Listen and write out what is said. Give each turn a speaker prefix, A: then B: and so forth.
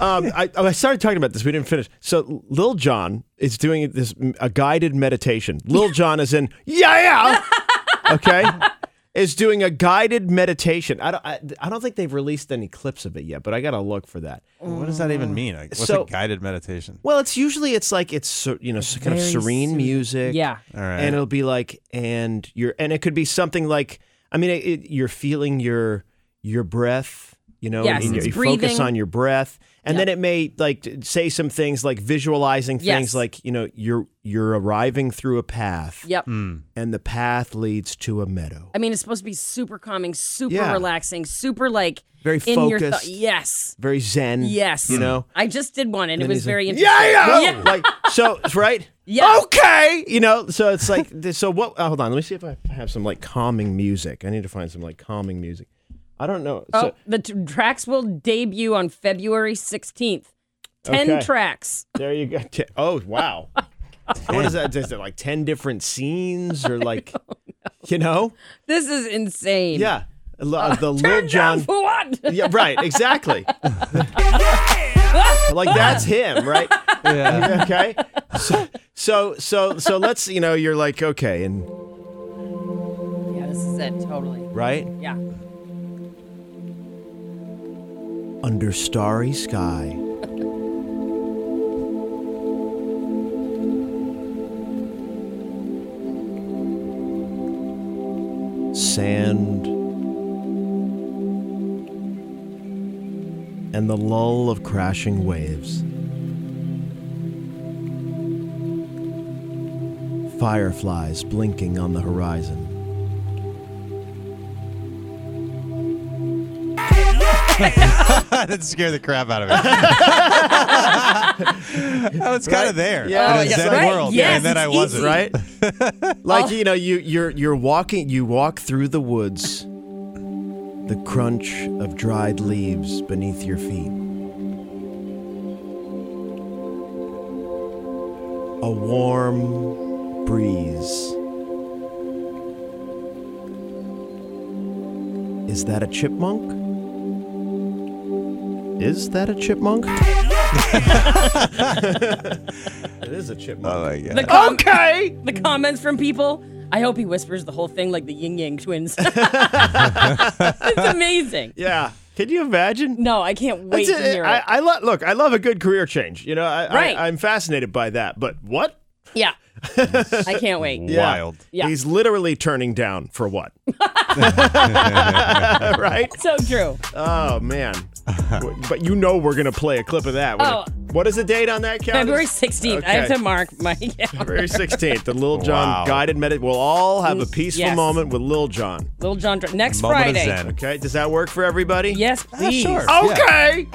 A: Um, I, I started talking about this. We didn't finish. So Lil John is doing this a guided meditation. Lil John is in yeah yeah. Okay. Is doing a guided meditation. I don't, I, I don't think they've released any clips of it yet, but I got to look for that.
B: What does that even mean? Like, What's
A: Mm. So-
B: a guided meditation?
A: Well, it's usually it's like it's ser- you know s kind of
C: very
A: serene
C: soothing.
A: music.
C: Yeah.
B: All right.
A: and it'll be like and you're and it could be something like i mean it, it, you're feeling your your breath you know
C: Yes,
A: and you,
C: it's
A: you focus
C: breathing.
A: on your breath and then it may like t- say some things like visualizing things
C: Yes.
A: like you know you're you're arriving through a path
C: Yep.
A: and the path leads to a meadow
C: I mean, it's supposed to be super calming, super
A: Yeah.
C: relaxing, super like
A: Very
C: in your thought.
A: focused.
C: yes.
A: very zen
C: Yes.
A: you know
C: I just did one
A: And
C: and, it
A: then
C: was
A: he's
C: very
A: like,
C: interesting.
A: yeah, yeah.
C: Yeah.
A: like so right
C: Yeah.
A: okay you know so it's like th- so what oh, hold on let me see if i have some like calming music i need to find some like calming music i don't know
C: Oh,
A: so,
C: the t- tracks will debut on February 16th. 10
A: Okay.
C: tracks.
A: There you go. Te- Oh wow. what is that? Is it like ten different scenes or like, you know?
C: This is insane.
A: Yeah. Lo- the Lil
C: Turn down
A: John.
C: for what?
A: Yeah, right. Exactly. like that's him, right?
B: yeah.
A: Okay. So, so so so let's you know you're like okay and
C: yeah, this is it. Totally.
A: right
C: Yeah.
A: under starry sky. Sand and the lull of crashing waves. Fireflies blinking on the horizon.
B: that scared the crap out of me. I was kind of there.
A: Yeah.
B: in a
A: Oh,
B: zen
A: right.
B: world.
C: Yes,
B: and then
C: it's
B: I wasn't.
C: easy.
A: right? like you know, you you're you're walking, you walk through the woods. The crunch of dried leaves beneath your feet. A warm breeze. Is that a chipmunk? Is that a chipmunk? it is a chipmunk.
B: Oh my god.
C: The,
A: Um,
C: com-
A: Okay.
C: the comments from people. I hope he whispers the whole thing like the yin yang twins. it's amazing.
A: Yeah. Can you imagine?
C: No, I can't wait
A: That's
C: to
A: it.
C: hear
A: I,
C: it.
A: I lo- look. I love a good career change. You know, I,
C: Right.
A: I, I'm fascinated by that. But what?
C: yeah. I can't wait.
B: Wild.
C: Yeah.
A: He's literally turning down for what? right?
C: So true.
A: Oh man. W- but you know we're gonna play a clip of that. when it-
C: Oh.
A: What is the date on that? Count?
C: February 16th. I have
A: Okay.
C: to mark my. Yeah.
A: February 16th. The Lil John
B: Wow.
A: guided medit. We'll all have a peaceful
C: Yes.
A: moment with Lil John.
C: Little John. Dr- Next
B: Moment
C: Friday.
B: of zen.
A: Ah, Okay. Does that work for everybody?
C: Yes, please.
B: sure.
A: Okay.